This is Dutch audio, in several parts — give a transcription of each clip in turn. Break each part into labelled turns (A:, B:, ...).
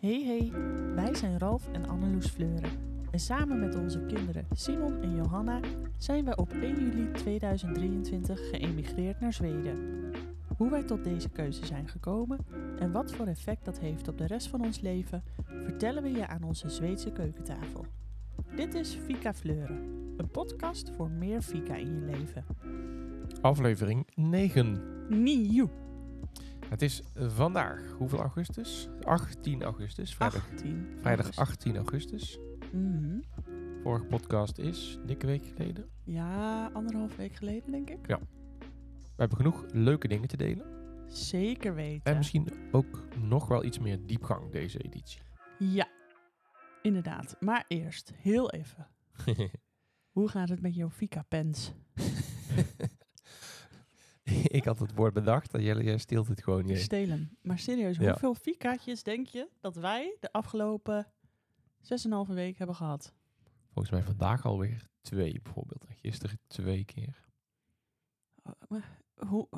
A: Hey hey, wij zijn Ralf en Anneloes Fleuren. En samen met onze kinderen Simon en Johanna zijn wij op 1 juli 2023 geëmigreerd naar Zweden. Hoe wij tot deze keuze zijn gekomen en wat voor effect dat heeft op de rest van ons leven, vertellen we je aan onze Zweedse keukentafel. Dit is Fika Fleuren, een podcast voor meer Fika in je leven.
B: Aflevering 9.
A: Nieuw!
B: Het is vandaag, hoeveel augustus? 18 augustus, vrijdag,
A: 18.
B: vrijdag 18 augustus.
A: Mhm.
B: Vorige podcast is dikke week geleden.
A: Ja, anderhalf week geleden denk ik.
B: We hebben genoeg leuke dingen te delen.
A: Zeker weten.
B: En misschien ook nog wel iets meer diepgang deze editie.
A: Ja, inderdaad. Maar eerst, heel even. Hoe gaat het met jouw Fika-pens?
B: Ik had het woord bedacht, dat jij jij steelt het gewoon
A: Ik
B: niet.
A: steel hem. Maar serieus,
B: Ja.
A: hoeveel Fikaatjes denk je dat wij de afgelopen 6,5 week hebben gehad?
B: Volgens mij vandaag alweer twee bijvoorbeeld. En gisteren twee keer.
A: Oh, maar Hoe,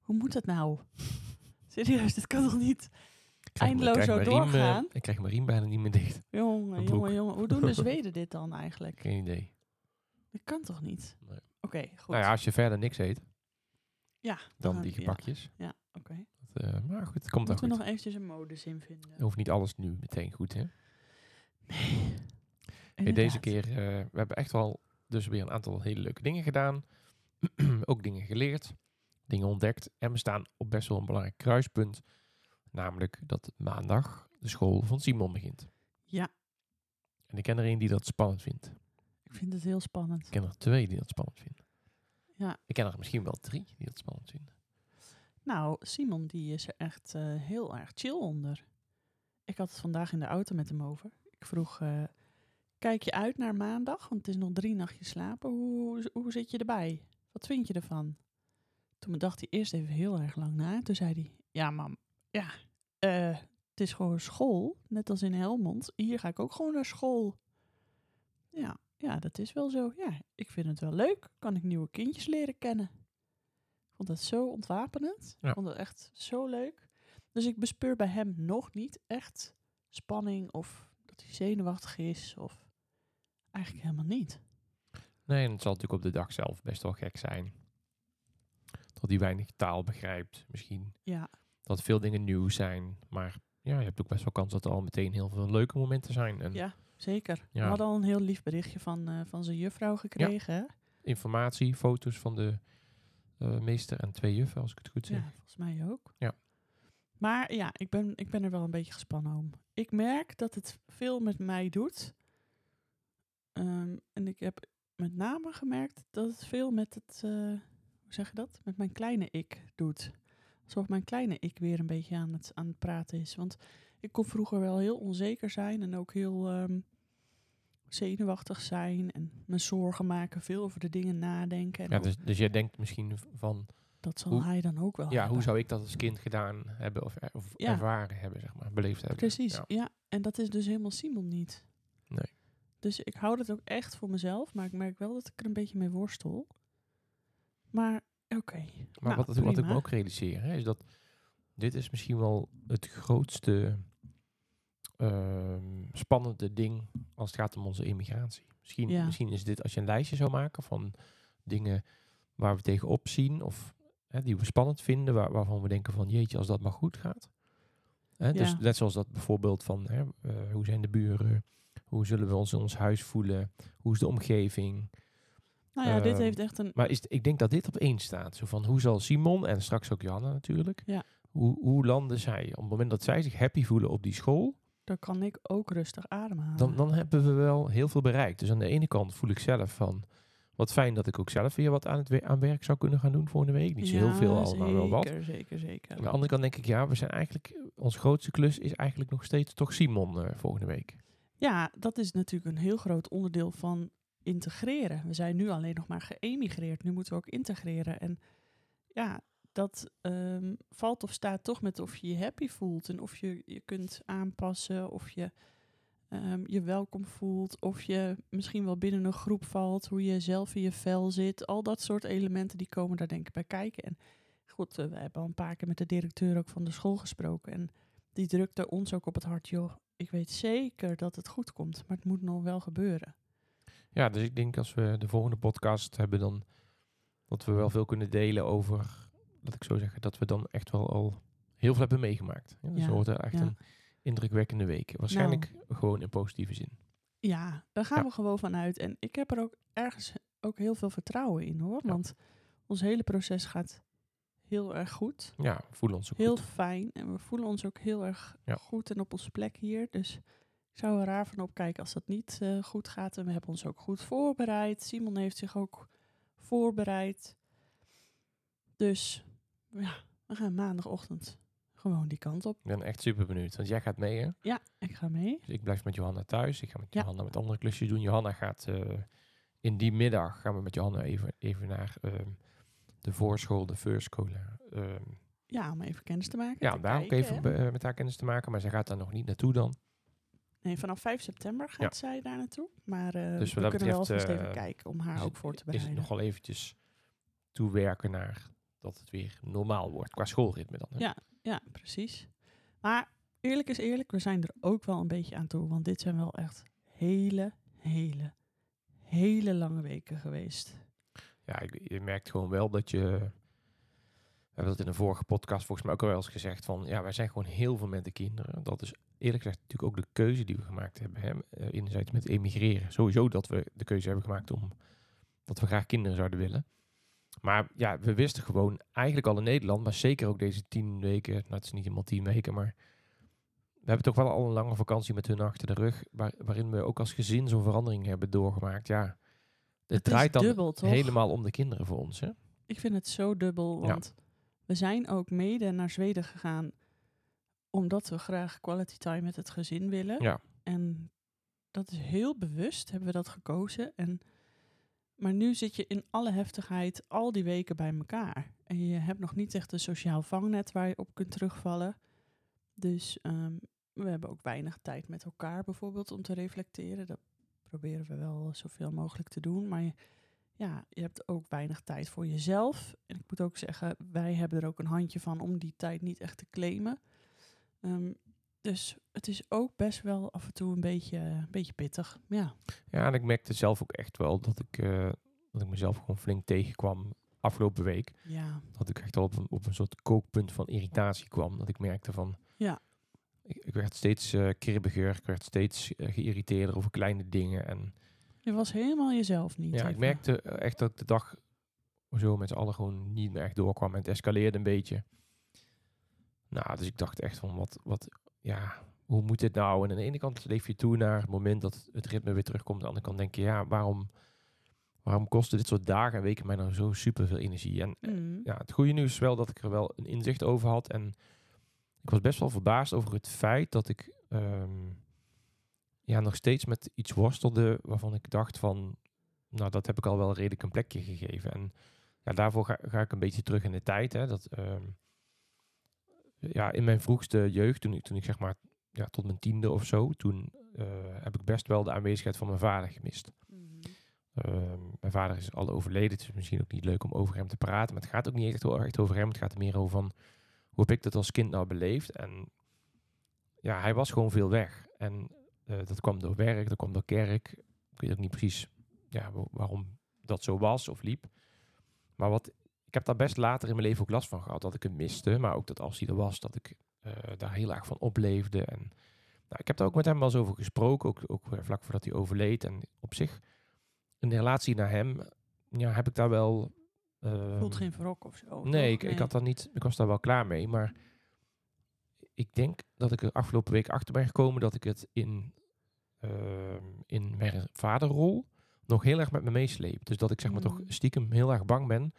A: hoe moet dat nou? Serieus, dit kan toch niet?
B: Ik krijg mijn- ik
A: Eindeloos
B: krijg
A: zo
B: mijn riem, eh,
A: doorgaan.
B: ik krijg mijn riem bijna niet meer dicht.
A: Jongen,
B: Een
A: jongen,
B: boek.
A: jongen. Hoe doen de Zweden dit dan eigenlijk?
B: Geen idee.
A: Dat kan toch niet?
B: Nee.
A: Oké, goed.
B: Nou ja, als je verder niks eet,
A: Ja,
B: dan
A: gaan-
B: die
A: ja,
B: gebakjes.
A: Oké.
B: Dat, eh, maar goed, het komt ook
A: Moeten
B: goed.
A: we nog eventjes een modus in vinden?
B: Je hoeft niet alles nu meteen goed, hè? Hey, deze
A: Inderdaad.
B: keer, eh, we hebben echt wel dus weer een aantal hele leuke dingen gedaan. ook dingen geleerd, dingen ontdekt. En we staan op best wel een belangrijk kruispunt. Namelijk dat maandag de school van Simon begint.
A: Ja.
B: En ik ken er één die dat spannend vindt.
A: Ik vind het heel spannend.
B: Ik ken er twee die dat spannend vinden.
A: Ja.
B: Ik ken er misschien wel drie die dat spannend vinden.
A: Nou, Simon die is er echt eh, heel erg chill onder. Ik had het vandaag in de auto met hem over. Ik vroeg, eh, kijk je uit naar maandag? Want het is nog drie nachtjes slapen. Hoe, hoe zit je erbij? Wat vind je ervan? Toen bedacht hij eerst even heel erg lang na. Toen zei hij, ja mam, ja, eh, het is gewoon school. Net als in Helmond. Hier ga ik ook gewoon naar school. Ja, ja, dat is wel zo. Ja, ik vind het wel leuk. Kan ik nieuwe kindjes leren kennen. Ik vond dat zo ontwapenend.
B: Ja.
A: Ik vond dat echt zo leuk. Dus ik bespeur bij hem nog niet echt spanning of dat hij zenuwachtig is of eigenlijk helemaal niet.
B: Nee, en het zal natuurlijk op de dag zelf best wel gek zijn. Dat hij weinig taal begrijpt, misschien.
A: Ja,
B: dat veel dingen nieuw zijn. Maar ja, je hebt ook best wel kans dat er al meteen heel veel leuke momenten zijn. En
A: ja zeker. We
B: Ja.
A: hadden al een heel lief berichtje van, eh, van zijn juffrouw gekregen. hè?
B: informatie, foto's van de eh, meester en twee juffen, als ik het goed zeg.
A: Ja, volgens mij ook.
B: Ja.
A: Maar ja, ik ben, ik ben er wel een beetje gespannen om. Ik merk dat het veel met mij doet. Ehm, en ik heb met name gemerkt dat het veel met het, eh, hoe zeg je dat? Met mijn kleine ik doet. Alsof mijn kleine ik weer een beetje aan het, aan het praten is. Want ik kon vroeger wel heel onzeker zijn en ook heel ehm, zenuwachtig zijn. En me zorgen maken, veel over de dingen nadenken. En
B: Ja,
A: ook-
B: dus, dus jij denkt misschien van,
A: dat zal
B: hoe-
A: hij dan ook wel
B: ja,
A: hebben.
B: hoe zou ik dat als kind gedaan hebben of, er- of
A: Oh, Ja.
B: ervaren hebben, zeg maar, beleefd hebben.
A: Precies, ja.
B: Ja.
A: En dat is dus helemaal Simon niet.
B: Nee.
A: Dus ik hou dat ook echt voor mezelf, maar ik merk wel dat ik er een beetje mee worstel. Maar oké.
B: Maar
A: Nou,
B: wat, wat ik
A: prima.
B: me ook realiseer, hè, is dat dit is misschien wel het grootste ehm, spannende ding als het gaat om onze immigratie. Misschien,
A: Ja.
B: misschien is dit, als je een lijstje zou maken van dingen waar we tegenop zien of hè, die we spannend vinden, waar, waarvan we denken van jeetje, als dat maar goed gaat. Hè, Dus
A: Ja.
B: net zoals dat bijvoorbeeld van hè, eh, hoe zijn de buren, hoe zullen we ons in ons huis voelen, hoe is de omgeving,
A: Nou ja, dit
B: Ehm,
A: heeft echt een...
B: maar is, ik denk dat dit op één staat. Zo van hoe zal Simon en straks ook Johanna natuurlijk.
A: Ja.
B: Hoe, hoe landen zij? Op het moment dat zij zich happy voelen op die school,
A: Daar kan ik ook rustig ademhalen.
B: dan, dan hebben we wel heel veel bereikt. Dus aan de ene kant voel ik zelf van wat fijn dat ik ook zelf weer wat aan het we- aan werk zou kunnen gaan doen volgende week. Niet zo heel
A: Ja,
B: veel al, maar wel wat.
A: Zeker, zeker, zeker.
B: Aan de andere kant denk ik, ja, we zijn eigenlijk, ons grootste klus is eigenlijk nog steeds toch Simon eh, volgende week.
A: Ja, dat is natuurlijk een heel groot onderdeel van integreren. We zijn nu alleen nog maar geëmigreerd. Nu moeten we ook integreren. En ja, dat ehm, valt of staat toch met of je je happy voelt. En of je je kunt aanpassen. Of je ehm, je welkom voelt. Of je misschien wel binnen een groep valt. Hoe je zelf in je vel zit. Al dat soort elementen die komen daar denk ik bij kijken. En goed, eh, we hebben al een paar keer met de directeur ook van de school gesproken. En die drukte ons ook op het hart, joh, ik weet zeker dat het goed komt, maar het moet nog wel gebeuren.
B: Ja, dus ik denk als we de volgende podcast hebben, dan dat we wel veel kunnen delen over, laat ik zo zeggen, dat we dan echt wel al heel veel hebben meegemaakt. Ja, dus
A: Ja,
B: we wordt echt
A: ja. Nou.
B: een indrukwekkende week. Waarschijnlijk gewoon in positieve zin.
A: Ja, daar gaan
B: Ja.
A: we gewoon van uit. En ik heb er ook ergens ook heel veel vertrouwen in hoor.
B: Ja.
A: Want ons hele proces gaat heel erg goed.
B: Ja, we voelen ons ook
A: heel
B: goed.
A: fijn. En we voelen ons ook heel erg
B: Ja.
A: goed en op onze plek hier. Dus ik zou er raar van opkijken als dat niet eh, goed gaat. En we hebben ons ook goed voorbereid. Simon heeft zich ook voorbereid. Dus ja, we gaan maandagochtend gewoon die kant op.
B: Ik ben echt super benieuwd, want jij gaat mee hè?
A: Ja, ik ga mee.
B: Dus ik blijf met Johanna thuis. Ik ga met
A: Ja.
B: Johanna met andere klusjes doen. Johanna gaat eh, in die middag gaan we met Johanna even, even naar ehm, de voorschool, de voorschool. ehm,
A: Ja, om even kennis te maken.
B: ja,
A: te
B: om daar ook
A: kijken,
B: even
A: hè.
B: be- eh, met haar kennis te maken. Maar zij gaat daar nog niet naartoe dan.
A: Nee, vanaf 5 september gaat zij daar naartoe. Maar eh,
B: Dus
A: we
B: wat dat
A: kunnen wel
B: betreft,
A: alvast even
B: eh,
A: kijken om haar
B: is
A: ook
B: het-
A: voor te
B: Is het
A: bereiden.
B: nogal eventjes toewerken naar dat het weer normaal wordt. Qua schoolritme dan. Hè?
A: Ja. Ja, precies. Maar eerlijk is eerlijk, we zijn er ook wel een beetje aan toe. Want dit zijn wel echt hele, hele, hele lange weken geweest.
B: Ja, ik, je merkt gewoon wel dat je... We hebben dat in een vorige podcast volgens mij ook al wel eens gezegd. Van, ja, wij zijn gewoon heel veel met de kinderen. Dat is eerlijk gezegd natuurlijk ook de keuze die we gemaakt hebben. Hè? Eh, Enerzijds met emigreren. Sowieso dat we de keuze hebben gemaakt om... Dat we graag kinderen zouden willen. Maar ja, we wisten gewoon eigenlijk al in Nederland. Maar zeker ook deze tien weken. Nou, het is niet helemaal tien weken, maar... We hebben toch wel al een lange vakantie met hun achter de rug. Waar, waarin we ook als gezin zo'n verandering hebben doorgemaakt. Ja, het,
A: Het is
B: draait dan
A: dubbel, toch?
B: helemaal om de kinderen voor ons. Hè?
A: Ik vind het zo dubbel,
B: Ja.
A: want we zijn ook mede naar Zweden gegaan omdat we graag quality time met het gezin willen.
B: Ja.
A: En dat is heel bewust, hebben we dat gekozen. En, maar nu zit je in alle heftigheid al die weken bij elkaar. En je hebt nog niet echt een sociaal vangnet waar je op kunt terugvallen. Dus ehm, we hebben ook weinig tijd met elkaar bijvoorbeeld om te reflecteren. Dat proberen we wel zoveel mogelijk te doen. Maar je, ja, je hebt ook weinig tijd voor jezelf. En ik moet ook zeggen, wij hebben er ook een handje van om die tijd niet echt te claimen. Ehm, dus het is ook best wel af en toe een beetje, een beetje pittig. Ja,
B: Ja, en ik merkte zelf ook echt wel dat ik, eh, dat ik mezelf gewoon flink tegenkwam afgelopen week.
A: ja,
B: Dat ik echt al op een, op een soort kookpunt van irritatie kwam. Dat ik merkte van...
A: Ja.
B: Ik, ik werd steeds eh kribbiger, ik werd steeds eh, geïrriteerder over kleine dingen. En
A: je was helemaal jezelf niet.
B: ja, ik
A: even.
B: merkte eh, echt dat ik de dag zo met z'n allen gewoon niet meer echt doorkwam. En het escaleerde een beetje. Nou, dus ik dacht echt van wat, wat ja, hoe moet dit nou? En aan de ene kant leef je toe naar het moment dat het ritme weer terugkomt. Aan de andere kant denk je, ja, waarom, waarom kosten dit soort dagen en weken mij nou zo superveel energie? En eh,
A: Mm.
B: ja, het goede nieuws is wel dat ik er wel een inzicht over had. En ik was best wel verbaasd over het feit dat ik ehm, ja, nog steeds met iets worstelde waarvan ik dacht van, nou dat heb ik al wel redelijk een plekje gegeven. En ja, daarvoor ga, ga ik een beetje terug in de tijd. Hè, dat, ehm, ja, in mijn vroegste jeugd, toen ik, toen ik zeg maar ja, tot mijn tiende of zo, toen eh, heb ik best wel de aanwezigheid van mijn vader gemist.
A: Mhm.
B: Ehm, mijn vader is al overleden. Het is misschien ook niet leuk om over hem te praten. Maar het gaat ook niet echt, heel echt over hem. Het gaat er meer over van hoe heb ik dat als kind nou beleefd. En ja, hij was gewoon veel weg. En eh, dat kwam door werk, dat kwam door kerk. Ik weet ook niet precies ja, wa- waarom dat zo was of liep. Maar wat, ik heb daar best later in mijn leven ook last van gehad. Dat ik hem miste. Maar ook dat als hij er was, dat ik eh, daar heel erg van opleefde. En nou, ik heb daar ook met hem wel eens over gesproken. Ook, ook eh, vlak voordat hij overleed. En op zich in de relatie naar hem, ja, heb ik daar wel. ehm,
A: Voelt geen verrok of zo.
B: nee, ik,
A: toch?
B: ik had daar niet. Ik was daar wel klaar mee, maar ik denk dat ik er afgelopen week achter ben gekomen dat ik het in, ehm, in mijn vaderrol nog heel erg met me meesleep. Dus dat ik zeg maar toch
A: Mm.
B: stiekem heel erg bang ben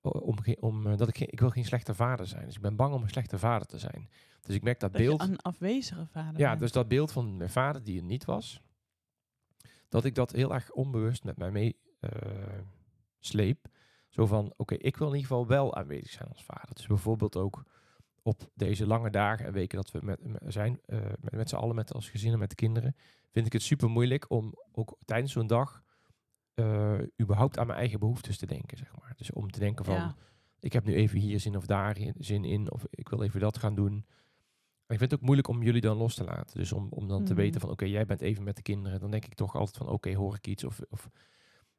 B: o- om, ge- om eh, dat ik geen, ik wil geen slechte vader zijn. Dus ik ben bang om een slechte vader te zijn. Dus ik merk dat,
A: dat
B: beeld.
A: je een afwezige vader
B: Ja,
A: bent.
B: dus dat beeld van mijn vader die er niet was, dat ik dat heel erg onbewust met mij mee eh, sleep. Zo van, oké, ik wil in ieder geval wel aanwezig zijn als vader. Dus bijvoorbeeld ook op deze lange dagen en weken dat we met, me- zijn, eh, met, met z'n allen, met als gezinnen, met de kinderen, vind ik het super moeilijk om ook tijdens zo'n dag eh, überhaupt aan mijn eigen behoeftes te denken, zeg maar. Dus om te denken van,
A: Ja.
B: ik heb nu even hier zin of daar zin in, of ik wil even dat gaan doen. Maar ik vind het ook moeilijk om jullie dan los te laten. Dus om, om dan te
A: Mm.
B: weten van, oké, jij bent even met de kinderen. Dan denk ik toch altijd van, oké, hoor ik iets? Of, of...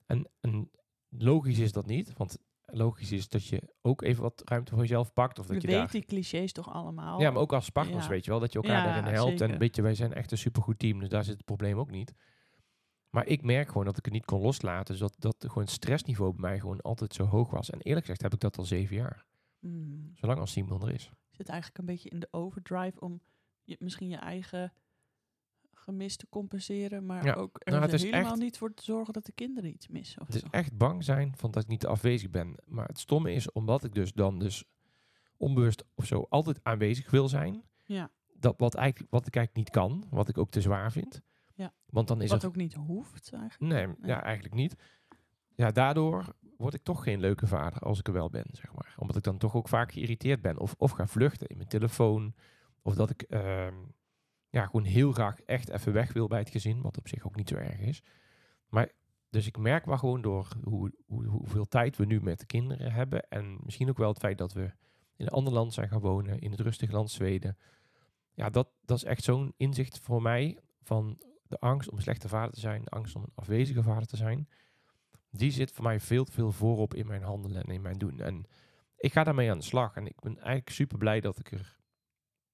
B: En, en logisch is dat niet. Want logisch is dat je ook even wat ruimte voor jezelf pakt. Of
A: We
B: dat je
A: weten
B: daar...
A: die clichés toch allemaal.
B: Ja, maar ook als partners,
A: Ja.
B: weet je wel. Dat je elkaar
A: Ja,
B: daarin helpt. En
A: zeker.
B: weet je, wij zijn echt een supergoed team. Dus daar zit het probleem ook niet. Maar ik merk gewoon dat ik het niet kon loslaten. Dus dat, dat gewoon het stressniveau bij mij gewoon altijd zo hoog was. En eerlijk gezegd heb ik dat al zeven jaar.
A: Mm.
B: Zolang als Simon er is.
A: Je zit eigenlijk een beetje in de overdrive om je, misschien je eigen gemis te compenseren, maar
B: Ja.
A: ook er
B: Nou, het is
A: helemaal
B: echt-
A: niet voor te zorgen dat de kinderen iets missen. Of
B: Het is
A: zo.
B: echt bang zijn van dat ik niet afwezig ben. Maar het stomme is, omdat ik dus dan dus onbewust of zo altijd aanwezig wil zijn.
A: Ja.
B: Dat wat, eigenlijk, wat ik eigenlijk niet kan, wat ik ook te zwaar vind.
A: Ja.
B: Want dan is
A: Wat
B: het...
A: ook niet hoeft eigenlijk.
B: Nee, ja, eigenlijk niet. Ja, daardoor word ik toch geen leuke vader als ik er wel ben, zeg maar. Omdat ik dan toch ook vaak geïrriteerd ben. Of, of ga vluchten in mijn telefoon. Of dat ik ehm, ja, gewoon heel graag echt even weg wil bij het gezin. Wat op zich ook niet zo erg is. Maar dus ik merk wel gewoon door hoe, hoe, hoeveel tijd we nu met de kinderen hebben. En misschien ook wel het feit dat we in een ander land zijn gaan wonen. In het rustig land Zweden. Ja, dat, dat is echt zo'n inzicht voor mij. Van de angst om een slechte vader te zijn, de angst om een afwezige vader te zijn, die zit voor mij veel, te veel voorop in mijn handelen en in mijn doen. En ik ga daarmee aan de slag. En ik ben eigenlijk super blij dat ik er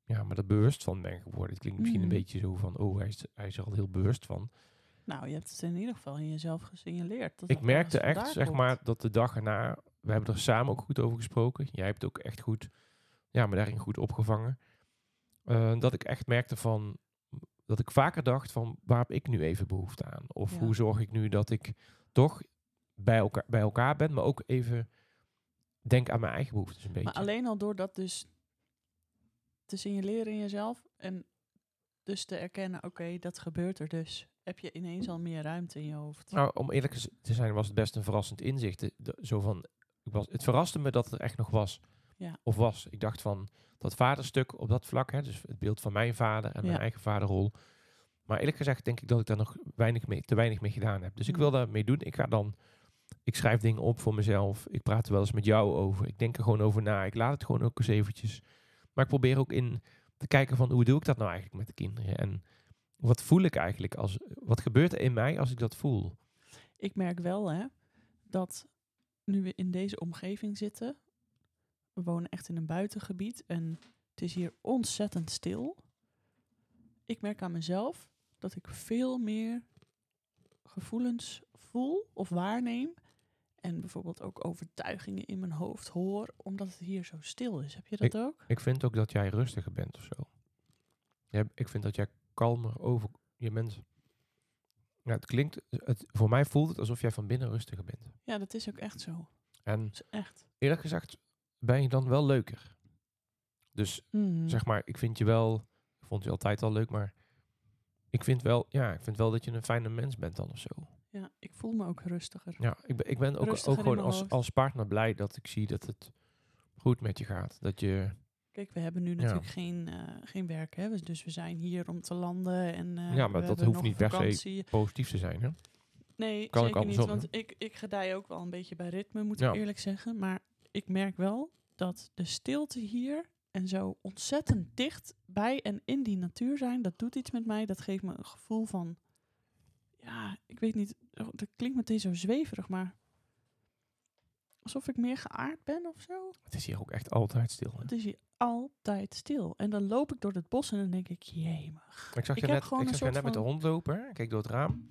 B: ja, maar er bewust van ben geworden. Het klinkt misschien
A: Mhm.
B: een beetje zo van, oh, hij is, hij is er al heel bewust van.
A: Nou, je hebt het in ieder geval in jezelf gesignaleerd. dat
B: ik
A: het
B: merkte
A: ergens
B: echt,
A: vandaan
B: zeg
A: komt.
B: maar, dat de dag erna, we hebben er samen ook goed over gesproken. Jij hebt het ook echt goed, ja, maar daarin goed opgevangen. Eh, dat ik echt merkte van, dat ik vaker dacht van, waar heb ik nu even behoefte aan? Of
A: Ja.
B: hoe zorg ik nu dat ik toch bij elkaar, bij elkaar ben, maar ook even denk aan mijn eigen behoeftes een beetje.
A: Maar alleen al door dat dus te signaleren in jezelf en dus te erkennen, oké, dat gebeurt er dus, heb je ineens al meer ruimte in je hoofd.
B: Nou, om eerlijk gez- te zijn was het best een verrassend inzicht. De- de- zo van, ik was, het verraste me dat het er echt nog was.
A: Ja.
B: Of was. Ik dacht van, dat vaderstuk op dat vlak, hè, dus het beeld van mijn vader en mijn
A: Ja.
B: eigen vaderrol. Maar eerlijk gezegd denk ik dat ik daar nog weinig mee, te weinig mee gedaan heb. Dus ik
A: Mm.
B: wil daarmee doen. Ik ga dan, ik schrijf dingen op voor mezelf. Ik praat er wel eens met jou over. Ik denk er gewoon over na. Ik laat het gewoon ook eens eventjes. Maar ik probeer ook in te kijken van, hoe doe ik dat nou eigenlijk met de kinderen? En wat voel ik eigenlijk? Als, wat gebeurt er in mij als ik dat voel?
A: Ik merk wel, hè, dat nu we in deze omgeving zitten, we wonen echt in een buitengebied en het is hier ontzettend stil. Ik merk aan mezelf dat ik veel meer gevoelens voel of waarneem. En bijvoorbeeld ook overtuigingen in mijn hoofd hoor, omdat het hier zo stil is. Heb je dat ook?
B: Ik vind ook dat jij rustiger bent of zo. Jij- ik vind dat jij kalmer over je bent. Ja, het klinkt, het, voor mij voelt het alsof jij van binnen rustiger bent.
A: Ja, dat is ook echt zo.
B: Hm.
A: Dat
B: En
A: is echt.
B: eerlijk gezegd ben je dan wel leuker. Dus
A: Mhm.
B: zeg maar, ik vind je wel, ik vond je altijd al leuk, maar ik vind wel, ja, ik vind wel dat je een fijne mens bent dan of zo.
A: Ja, ik voel me ook rustiger.
B: Ja, ik ben, ik ben ook, ook
A: Rustiger in
B: gewoon
A: mijn
B: als,
A: hoofd.
B: als partner blij dat ik zie dat het goed met je gaat. Dat je,
A: Kijk, we hebben nu natuurlijk geen, eh, geen werk, hè? Dus- dus we zijn hier om te landen. En, eh,
B: Ja, maar
A: we
B: dat
A: hebben
B: hoeft
A: nog
B: niet per se.
A: vakantie.
B: positief te zijn, hè?
A: Nee,
B: Kan ook
A: zeker niet.
B: andersom,
A: Want ik, ik gedij ook wel een beetje bij ritme, moet
B: Ja.
A: ik eerlijk zeggen. Maar ik merk wel dat de stilte hier en zo ontzettend dicht bij en in die natuur zijn, dat doet iets met mij. Dat geeft me een gevoel van, ja, ik weet niet, oh, dat klinkt meteen zo zweverig, maar alsof ik meer geaard ben of zo.
B: Het is hier ook echt altijd stil. Hè?
A: Het is hier altijd stil. En dan loop ik door het bos en dan denk ik, jee,
B: Ik zag
A: Ik
B: je
A: heb
B: net,
A: gewoon
B: ik
A: een
B: zag
A: soort
B: je net met de
A: van-
B: hond lopen. hè. Ik keek door het raam.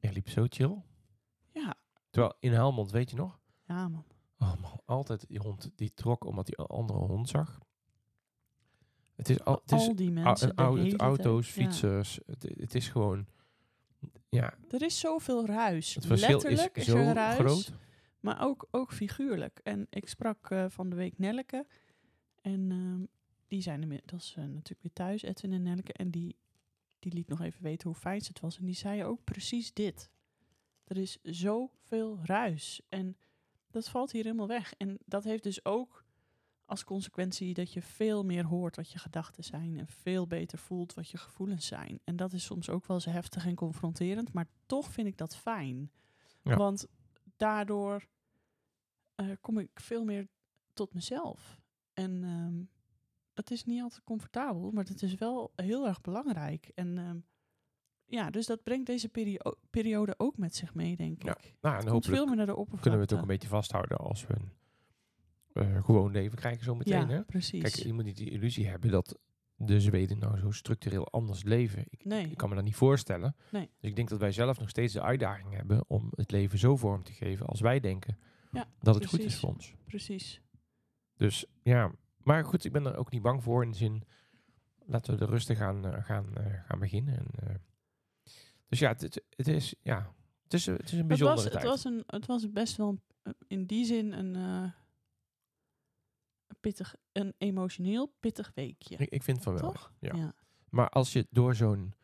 B: Je liep zo chill.
A: ja,
B: Terwijl in Helmond, weet je nog?
A: ja man.
B: Oh man, altijd die hond die trok omdat hij een andere hond zag. Het is, al, het is
A: Al die
B: au-
A: mensen,
B: een
A: de
B: au- het
A: hele tijd.
B: auto's,
A: Ja.
B: fietsers. Het, het is gewoon... Ja,
A: Er is zoveel ruis.
B: het verschil
A: Letterlijk
B: is
A: is,
B: zo
A: er ruis,
B: groot.
A: maar ook, ook figuurlijk. En ik sprak eh, van de week Nelleke. En ehm, die zijn inmiddels eh, natuurlijk weer thuis, Edwin en Nelleke. En die, die liet nog even weten hoe fijn ze het was. En die zei ook precies dit. Er is zoveel ruis. En dat valt hier helemaal weg. En dat heeft dus ook als consequentie dat je veel meer hoort wat je gedachten zijn. En veel beter voelt wat je gevoelens zijn. En dat is soms ook wel eens heftig en confronterend. Maar toch vind ik dat fijn.
B: Ja.
A: Want daardoor eh, kom ik veel meer tot mezelf. En ehm, dat is niet altijd comfortabel, maar het is wel heel erg belangrijk. En ehm, ja, dus dat brengt deze perio- periode ook met zich mee, denk
B: Ja,
A: ik.
B: Nou, en
A: Het komt
B: hopelijk
A: veel meer naar de oppervlakte.
B: kunnen we het ook een beetje vasthouden als we een eh, gewoon leven krijgen zo
A: Ja,
B: meteen. Hè?
A: precies.
B: Kijk, je moet niet die illusie hebben dat de Zweden nou zo structureel anders leven. Ik,
A: nee,
B: ik kan me dat niet voorstellen.
A: Nee.
B: Dus ik denk dat wij zelf nog steeds de uitdaging hebben om het leven zo vorm te geven als wij denken
A: Ja,
B: dat het goed
A: precies.
B: is voor ons.
A: precies.
B: Dus ja, maar goed, ik ben er ook niet bang voor in de zin, laten we er rustig aan eh, gaan, eh, gaan beginnen. En, eh, dus ja, het- het, het is, ja, het is, eh, het is een
A: Het was,
B: bijzondere
A: het,
B: tijd.
A: was een, het was best wel een- in die zin een, eh, een pittig, een emotioneel pittig weekje.
B: ik, ik vind van wel.
A: Toch?
B: ja. Maar als je door zo'n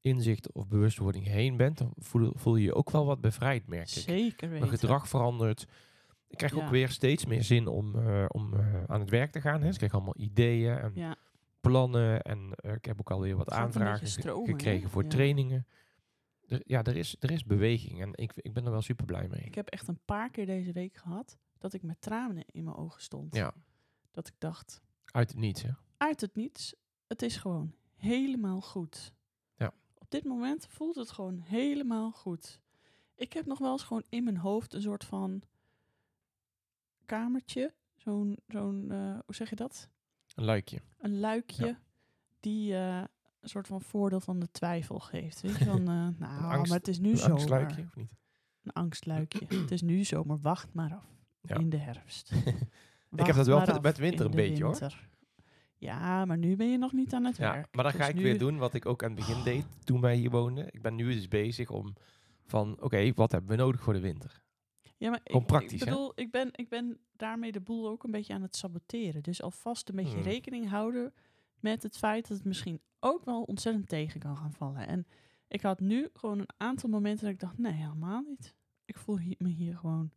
B: inzicht of bewustwording heen bent, dan voel, voel je je ook wel wat bevrijd, merk ik.
A: zeker weten.
B: Mijn gedrag verandert. Ik krijg
A: Ja.
B: ook weer steeds meer zin om, eh, om eh, aan het werk te gaan. Hè. Dus ik krijg allemaal ideeën en
A: Ja,
B: plannen. En eh, ik heb ook alweer wat
A: Het gaat een
B: aanvragen
A: beetje
B: ge-
A: stromen, hè?
B: gekregen voor
A: Ja.
B: trainingen. Er, ja, er is, er is beweging en ik, ik ben er wel super blij mee.
A: ik heb echt een paar keer deze week gehad dat ik met tranen in mijn ogen stond.
B: Ja,
A: Dat ik dacht,
B: uit het niets. Hè.
A: uit het niets, het is gewoon helemaal goed.
B: Ja.
A: Op dit moment voelt het gewoon helemaal goed. Ik heb nog wel eens gewoon in mijn hoofd een soort van kamertje, zo'n, zo'n eh, hoe zeg je dat?
B: Een luikje.
A: een luikje
B: Ja.
A: die eh, een soort van voordeel van de twijfel geeft. Weet je, van, eh, nou,
B: angst-
A: maar het is nu
B: Een
A: zomer.
B: angstluikje, of niet?
A: Een angstluikje. het is nu zomer, wacht maar af.
B: Ja.
A: In de herfst.
B: heb
A: Wacht
B: dat wel
A: maar
B: met-
A: af
B: met winter
A: in
B: een
A: de
B: beetje, hoor.
A: winter. Ja, maar nu ben je nog niet aan het
B: Ja,
A: werk.
B: maar dan
A: Het
B: ga
A: is
B: ik
A: Dus nu- Oh.
B: weer doen wat ik ook aan het begin deed toen wij hier woonden. Ik ben nu dus bezig om van, oké, wat hebben we nodig voor de winter?
A: Ja, maar ik-
B: Gewoon praktisch,
A: Ik
B: hè?
A: bedoel, ik ben, ik ben daarmee de boel ook een beetje aan het saboteren. Dus alvast een beetje
B: Hmm.
A: rekening houden met het feit dat het misschien ook wel ontzettend tegen kan gaan vallen. En ik had nu gewoon een aantal momenten dat ik dacht, nee, helemaal niet. Ik voel hier, me hier gewoon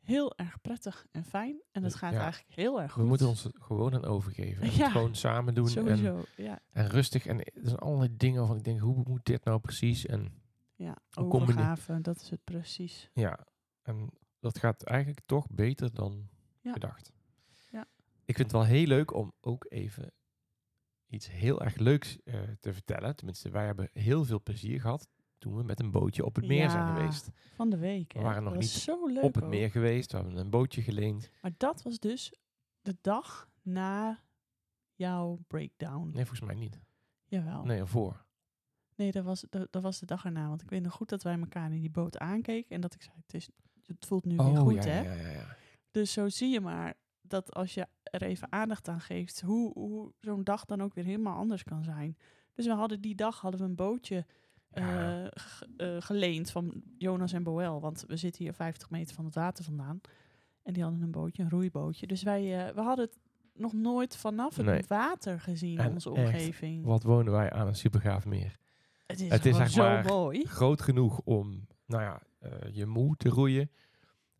A: heel erg prettig en fijn. En dat
B: Dus,
A: gaat
B: ja,
A: eigenlijk heel erg goed.
B: We moeten ons er gewoon aan overgeven. En
A: Ja.
B: het gewoon samen doen en,
A: Sowieso, ja.
B: en rustig. En er zijn allerlei dingen waarvan ik denk, hoe moet dit nou precies? En
A: Ja,
B: Een combine-
A: overgave, dat is het precies.
B: ja, en dat gaat eigenlijk toch beter dan
A: Ja.
B: gedacht.
A: Ja.
B: Ik vind het wel heel leuk om ook even iets heel erg leuks eh, te vertellen. Tenminste, wij hebben heel veel plezier gehad toen we met een bootje op het meer zijn
A: Ja.
B: geweest.
A: Van de week,
B: We
A: hè.
B: waren nog
A: dat was
B: niet
A: zo leuk
B: op het
A: ook.
B: meer geweest. We hebben een bootje geleend.
A: Maar dat was dus de dag na jouw breakdown.
B: Nee, volgens mij niet.
A: Jawel. Nee,
B: Nee, ervoor.
A: dat, was, dat, dat was de dag erna. Want ik weet nog goed dat wij elkaar in die boot aankeken. En dat ik zei, het, is, het voelt nu weer goed,
B: Oh, ja,
A: hè?
B: ja, ja, ja.
A: Dus zo zie je maar dat als je er even aandacht aan geeft... hoe, hoe zo'n dag dan ook weer helemaal anders kan zijn. Dus we hadden die dag hadden we een bootje
B: Ja.
A: eh, g- eh, geleend van Jonas en Boel. Want we zitten hier 50 meter van het water vandaan. En die hadden een bootje, een roeibootje. Dus wij eh, we hadden het nog nooit vanaf het
B: Nee.
A: water gezien,
B: En
A: onze
B: echt,
A: omgeving.
B: Wat wonen wij aan een supergaaf meer.
A: Het is,
B: Het is
A: gewoon
B: echt
A: zo
B: maar-
A: mooi.
B: Groot genoeg om, nou ja, eh, je moe te roeien.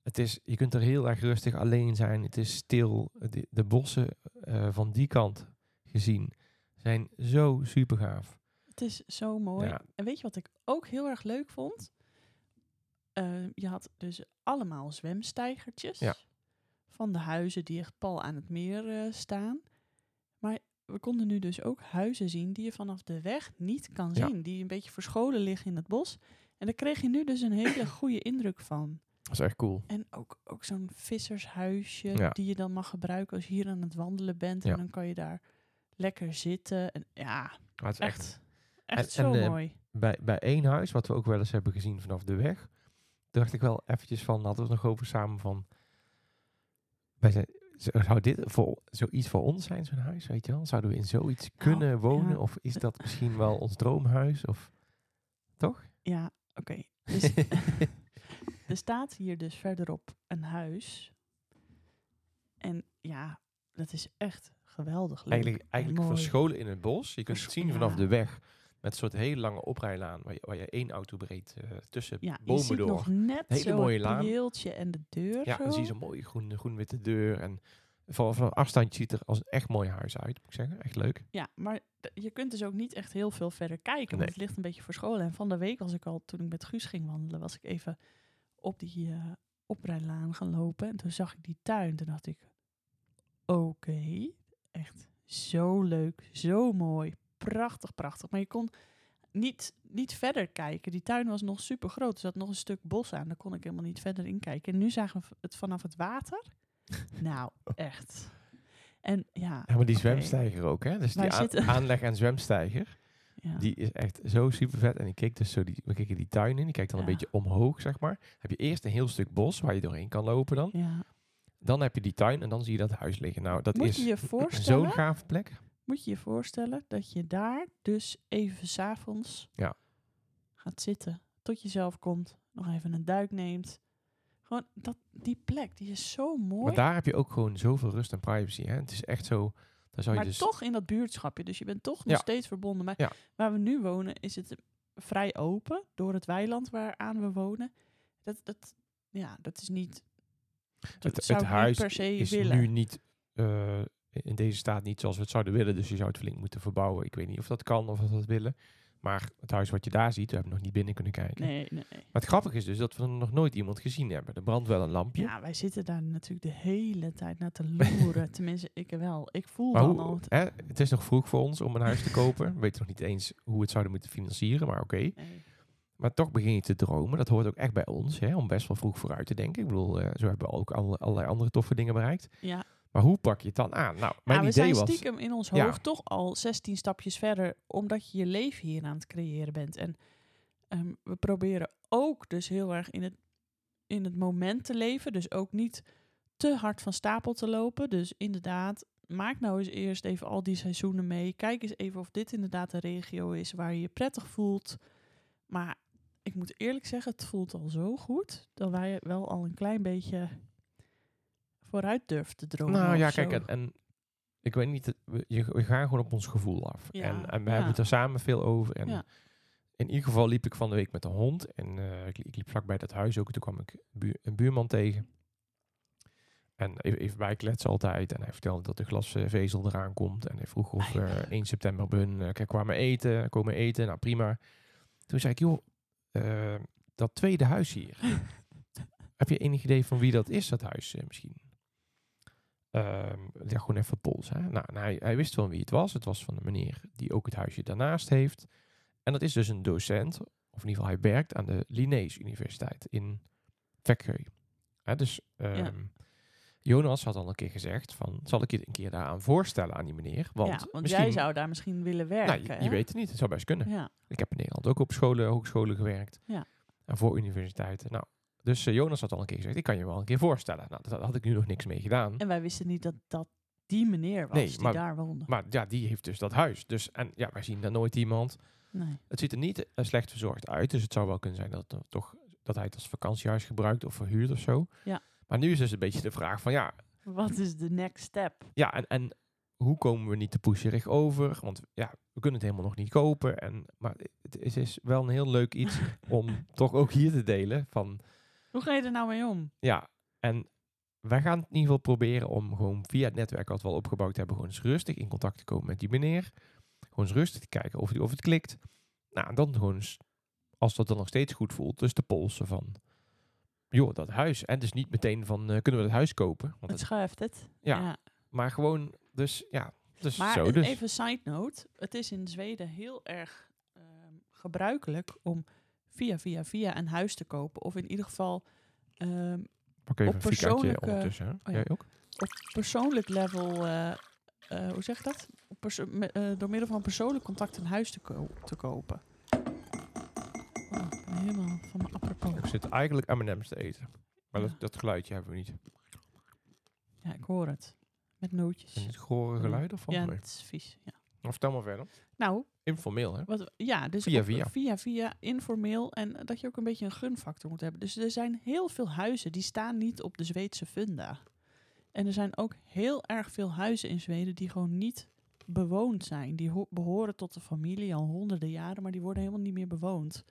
B: Het is, je kunt er heel erg rustig alleen zijn. Het is stil. De, de bossen eh, van die kant gezien zijn zo super gaaf.
A: Het is zo mooi.
B: Ja.
A: En weet je wat ik ook heel erg leuk vond? Eh, je had dus allemaal zwemstijgertjes
B: Ja.
A: van de huizen die echt pal aan het meer eh, staan. Maar we konden nu dus ook huizen zien die je vanaf de weg niet kan
B: Ja.
A: zien. Die een beetje verscholen liggen in het bos. En daar kreeg je nu dus een hele goede indruk van.
B: Dat is echt cool.
A: En ook, ook zo'n vissershuisje
B: Ja.
A: die je dan mag gebruiken als je hier aan het wandelen bent.
B: Ja.
A: En dan kan je daar lekker zitten. En ja,
B: Maar het is echt
A: Echt. Echt
B: En-
A: zo
B: en, eh,
A: mooi.
B: bij, bij één huis, wat we ook wel eens hebben gezien vanaf de weg, dacht ik wel eventjes van, hadden we het nog over samen van, wij zijn, z- zou dit voor, zoiets voor ons zijn, zo'n huis, weet je wel? Zouden we in zoiets kunnen wonen?
A: ja.
B: Of is dat misschien wel ons droomhuis? Of,
A: Ja, oké. Dus er staat hier dus verderop een huis. En ja, dat is echt geweldig leuk.
B: eigenlijk
A: en
B: eigenlijk
A: mooi.
B: verscholen in het bos. Je kunt het
A: Versch-
B: zien vanaf
A: ja.
B: de weg, met een soort hele lange oprijlaan, waar je, waar je één auto breed eh, tussen
A: Ja, je
B: bomen
A: ziet
B: door.
A: nog net
B: Hele
A: zo
B: mooie
A: het
B: laan.
A: prieeltje en de deur
B: Ja,
A: zo.
B: dan zie je zo'n mooie groen- groen-witte deur. En van, van een afstandje ziet er als een echt mooi huis uit, moet ik zeggen. Echt leuk.
A: Ja, maar d- je kunt dus ook niet echt heel veel verder kijken, want
B: Nee.
A: het ligt een beetje verscholen. En van de week was ik al, toen ik met Guus ging wandelen, was ik even op die eh oprijlaan gaan lopen. En toen zag ik die tuin, toen dacht ik, oké, echt Zo leuk, zo mooi. Prachtig, prachtig. Maar je kon niet, niet verder kijken. Die tuin was nog super groot. Er zat nog een stuk bos aan. Daar kon ik helemaal niet verder in kijken. En nu zagen we het vanaf het water. nou, echt. En ja,
B: Ja, maar die
A: Oké.
B: zwemstijger ook, hè? Dus die
A: Wij
B: aan-
A: zitten-
B: aanleg en zwemstijger,
A: ja.
B: die is echt zo super vet. En ik keek dus zo, die, we keken die tuin in, die kijkt dan een
A: Ja.
B: beetje omhoog, zeg maar. Heb je eerst een heel stuk bos waar je doorheen kan lopen dan.
A: ja.
B: Dan heb je die tuin en dan zie je dat huis liggen. Nou, dat
A: Moet je
B: is
A: je voorstellen?
B: zo'n gave plek.
A: Moet je je voorstellen dat je daar dus even s'avonds
B: Ja.
A: gaat zitten. Tot jezelf komt. Nog even een duik neemt. Gewoon dat, die plek, die is zo mooi.
B: Maar
A: Maar,
B: daar heb je ook gewoon zoveel rust en privacy, hè? Het is echt zo, daar zou je dus...
A: toch in dat buurtschapje. Dus je bent toch nog
B: Ja.
A: steeds verbonden. Maar
B: Ja.
A: waar we nu wonen is het eh, vrij open. Door het weiland waaraan we wonen. Dat, dat, ja, dat is niet... Dat
B: het
A: zou ik niet
B: huis
A: per se
B: is
A: willen.
B: nu niet eh, in deze staat niet zoals we het zouden willen. Dus je zou het flink moeten verbouwen. Ik weet niet of dat kan of of we dat willen. Maar het huis wat je daar ziet, we hebben nog niet binnen kunnen kijken.
A: Nee, nee, nee.
B: Maar het grappige is dus dat we er nog nooit iemand gezien hebben. Er brandt wel een lampje.
A: Ja, wij zitten daar natuurlijk de hele tijd naar te loeren. Tenminste, ik wel. Ik voel
B: maar
A: dan
B: hoe,
A: al...
B: hè, het is nog vroeg voor ons om een huis te kopen. We weten nog niet eens hoe we het zouden moeten financieren, maar oké.
A: Nee.
B: Maar toch begin je te dromen. Dat hoort ook echt bij ons, hè, om best wel vroeg vooruit te denken. Ik bedoel, eh, zo hebben we ook alle- allerlei andere toffe dingen bereikt.
A: Ja,
B: Maar hoe pak je het dan aan? Nou, mijn
A: ja, we
B: idee
A: zijn
B: was...
A: stiekem in ons
B: Ja.
A: hoofd toch al 16 stapjes verder, omdat je je leven hier aan het creëren bent. En ehm, we proberen ook dus heel erg in het, in het moment te leven, dus ook niet te hard van stapel te lopen. Dus inderdaad, maak nou eens eerst even al die seizoenen mee. Kijk eens even of dit inderdaad een regio is waar je je prettig voelt. Maar ik moet eerlijk zeggen, het voelt al zo goed dat wij wel al een klein beetje vooruit durven te dromen.
B: Nou
A: of
B: ja,
A: zo.
B: kijk, en, en ik weet niet, we, je, we gaan gewoon op ons gevoel af.
A: Ja,
B: en, en we
A: ja.
B: hebben het er samen veel over. En
A: Ja.
B: in ieder geval liep ik van de week met de hond. En eh, ik, li- ik liep vlakbij dat huis ook. Toen kwam ik buur- een buurman tegen. En even, even bijkletsen altijd. En hij vertelde dat de glasvezel eraan komt. En hij vroeg of eh,
A: Eindelijk.
B: 1 september bij hun eh, k- kwamen eten. Komen eten, nou prima. Toen zei ik, joh, eh, dat tweede huis hier. Heb je enig idee van wie dat is, dat huis eh, misschien? Ehm, ja, gewoon even pols. Hè? Nou, en hij, hij wist van wie het was. Het was van de meneer die ook het huisje daarnaast heeft. En dat is dus een docent, of in ieder geval hij werkt aan de Linnaeus Universiteit in Vekkery. Hè, dus ehm, Jonas had al een keer gezegd van, zal ik je een keer daaraan voorstellen aan die meneer? Want,
A: ja, want
B: misschien,
A: jij zou daar misschien willen werken.
B: nou, je- je,
A: hè?
B: weet het niet, het zou best kunnen.
A: Ja,
B: Ik heb in Nederland ook op scholen, hogescholen gewerkt.
A: Ja.
B: En voor universiteiten. Nou, dus eh, Jonas had al een keer gezegd, ik kan je wel een keer voorstellen. Nou, daar had ik nu nog niks mee gedaan.
A: en wij wisten niet dat dat die meneer was
B: Nee,
A: die
B: maar-
A: daar woonde.
B: Maar ja, die heeft dus dat huis. Dus, en ja, wij zien daar nooit iemand.
A: Nee.
B: Het ziet er niet eh, slecht verzorgd uit. Dus het zou wel kunnen zijn dat, het toch, dat hij het als vakantiehuis gebruikt of verhuurt of zo.
A: Ja.
B: Maar nu is dus een beetje de vraag van ja,
A: Wat is de next step?
B: ja en, en hoe komen we niet te pusherig over? Want ja, we kunnen het helemaal nog niet kopen. En, maar het is, is wel een heel leuk iets om toch ook hier te delen. Van
A: Hoe ga je er nou mee om?
B: ja, en wij gaan in ieder geval proberen om gewoon via het netwerk wat we al opgebouwd hebben, gewoon eens rustig in contact te komen met die meneer. Gewoon eens rustig te kijken of, die, of het klikt. Nou, en dan gewoon eens, als dat dan nog steeds goed voelt, dus de polsen van, joh, dat huis. En dus niet meteen van, eh, kunnen we dat huis kopen? Want
A: Het
B: het-
A: schuift het.
B: ja, maar gewoon, dus ja, dus
A: Maar
B: zo
A: een-
B: dus.
A: even side note. Het is in Zweden heel erg ehm, gebruikelijk om via via via een huis te kopen. Of in ieder geval ehm,
B: Pak even
A: op
B: een vierkantje
A: persoonlijke- Oh
B: ondertussen. hè?
A: ja.
B: Jij ook?
A: op persoonlijk level... eh, eh, hoe zeg je dat? Op perso- me- eh, door middel van persoonlijk contact een huis te, ko- te kopen. Oh, ik ben helemaal van mijn apropos.
B: Ik zit eigenlijk M&M's te eten. Maar
A: Ja.
B: dat, dat geluidje hebben we niet.
A: Ja, ik hoor het. Met nootjes.
B: En het gore geluid of van?
A: ja,
B: Nee.
A: het is vies. Ja.
B: Of vertel maar verder.
A: Nou,
B: Informeel, hè?
A: wat, ja, dus
B: Via,
A: op-
B: via.
A: via via, informeel. En eh, dat je ook een beetje een gunfactor moet hebben. Dus er zijn heel veel huizen die staan niet op de Zweedse funda. En er zijn ook heel erg veel huizen in Zweden die gewoon niet bewoond zijn. Die ho- behoren tot de familie al honderden jaren, maar die worden helemaal niet meer bewoond.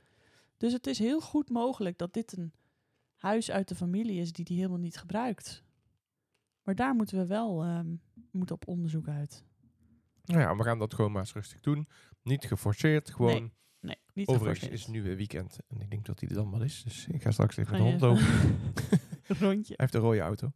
A: Dus het is heel goed mogelijk dat dit een huis uit de familie is die die helemaal niet gebruikt. Maar daar moeten we wel ehm, moeten op onderzoek uit.
B: Nou ja, we gaan dat gewoon maar eens rustig doen. Niet geforceerd, gewoon.
A: Nee, Nee, niet
B: Overigens
A: geforceerd. Oh
B: is het nu weer weekend en ik denk dat hij er dan wel is. Dus ik ga straks even
A: Ga
B: met
A: je
B: de hond lopen.
A: even- Rondje.
B: Hij heeft een rode auto.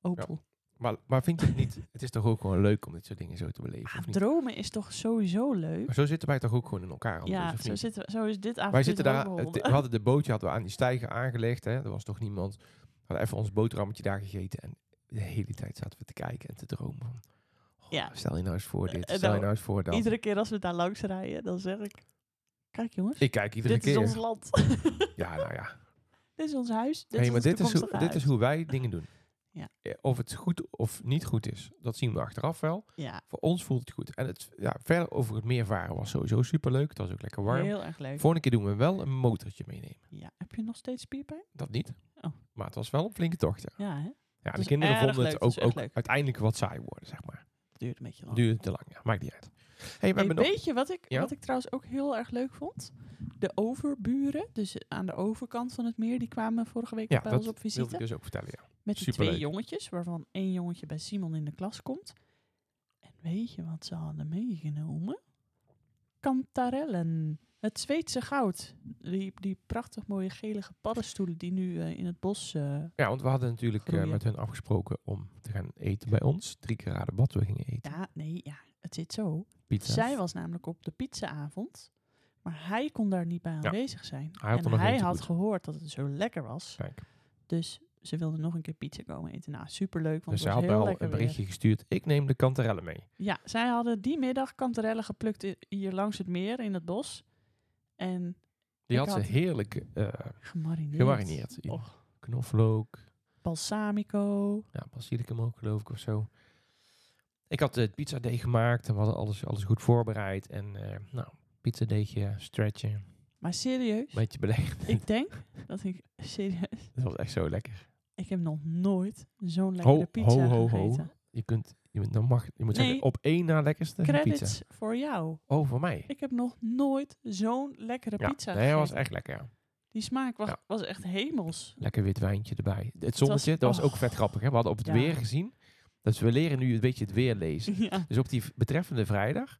A: Opel.
B: Maar, maar vind je het niet? Het is toch ook gewoon leuk om dit soort dingen zo te beleven?
A: Ah,
B: of niet?
A: dromen is toch sowieso leuk?
B: Maar zo zitten wij toch ook gewoon in elkaar? anders,
A: Ja,
B: of
A: zo,
B: niet?
A: zitten, we- zo is dit avond.
B: wij zitten daar. het- we hadden de bootje hadden we aan die steiger aangelegd. Hè? Er was toch niemand. We hadden even ons boterhammetje daar gegeten. En de hele tijd zaten we te kijken en te dromen. Van, oh,
A: Ja.
B: Stel je nou eens voor dit.
A: Eh,
B: Stel je
A: nou,
B: nou eens voor dat.
A: Iedere keer als we daar langs rijden, dan zeg ik... Kijk jongens,
B: Ik kijk iedere
A: dit
B: keer.
A: is ons land.
B: Ja, nou ja.
A: dit is ons huis. Dit
B: Hey,
A: is
B: maar
A: ons
B: dit is, hoe,
A: toekomstige
B: dit is
A: huis.
B: hoe wij dingen doen.
A: Ja.
B: Eh, Of het goed of niet goed is, dat zien we achteraf wel.
A: Ja,
B: Voor ons voelt het goed. En het, ja, verder over het meer varen was sowieso superleuk. Het was ook lekker warm.
A: heel erg leuk.
B: Volgende keer doen we wel een motortje meenemen.
A: Ja. Heb je nog steeds spierpijn?
B: Dat niet.
A: Oh.
B: Maar het was wel een flinke tocht. Ja,
A: Ja, hè?
B: ja de
A: is
B: kinderen
A: erg
B: vonden
A: leuk,
B: het
A: het is
B: ook,
A: echt
B: ook
A: leuk.
B: uiteindelijk wat saai worden, zeg maar.
A: Het duurt een beetje lang.
B: Duurde te lang, ja. Maakt niet uit. Hey, we
A: Hey,
B: hebben nog...
A: weet je wat ik,
B: Ja?
A: wat ik trouwens ook heel erg leuk vond? De overburen, dus aan de overkant van het meer, die kwamen vorige week
B: Ja,
A: bij
B: dat
A: ons op
B: wilde
A: visite.
B: ik dus ook vertellen, ja.
A: Met die
B: Superleuk.
A: twee jongetjes, waarvan één jongetje bij Simon in de klas komt. En weet je wat ze hadden meegenomen? Kantarellen. Het Zweedse goud. Die, die prachtig mooie gelige paddenstoelen die nu eh, in het bos... eh,
B: Ja, want we hadden natuurlijk eh,
A: Groeien.
B: met hun afgesproken om te gaan eten bij ons. Drie keer raden wat we gingen eten.
A: ja, nee, ja, het zit zo.
B: Pizza.
A: Zij was namelijk op de pizzaavond, maar hij kon daar niet bij aanwezig zijn.
B: Hij had er
A: en
B: nog
A: hij
B: eentje
A: had
B: goed.
A: gehoord dat het zo lekker was.
B: Kijk.
A: Dus ze wilde nog een keer pizza komen eten. Nou, superleuk, want
B: Dus
A: ze
B: zij
A: het was
B: had
A: heel
B: wel
A: lekker
B: een
A: weer.
B: berichtje gestuurd. Ik neem de kanterellen mee.
A: Ja, zij hadden die middag kanterellen geplukt i- hier langs het meer in het bos. En
B: Die
A: Ik
B: had ze
A: had-
B: heerlijk eh,
A: gemarineerd.
B: gemarineerd. In
A: Och.
B: Knoflook,
A: Balsamico.
B: ja, basilicum ook geloof ik of zo. Ik had het pizza deeg gemaakt en we hadden alles, alles goed voorbereid. En eh nou, pizza deegje, stretchen, een
A: Maar serieus,
B: beetje belegd.
A: ik denk dat ik... Serieus,
B: Dat was echt zo lekker.
A: ik heb nog nooit zo'n lekkere
B: Ho,
A: pizza
B: ho, ho, ho.
A: gegeten.
B: Je kunt, je moet, dan mag, je moet
A: Nee.
B: zeggen, op één na lekkerste is een pizza.
A: Credits voor jou.
B: Oh, voor mij.
A: Ik heb nog nooit zo'n lekkere
B: Ja,
A: pizza
B: nee, dat was
A: gegeten.
B: echt lekker. ja.
A: Die smaak was,
B: Ja.
A: was echt hemels.
B: Lekker wit wijntje erbij. Het zonnetje,
A: was-
B: dat was ook
A: oh.
B: vet grappig. Hè? We hadden op het
A: Ja.
B: weer gezien. Dus we leren nu een beetje het weer lezen.
A: Ja.
B: Dus op die v- betreffende vrijdag,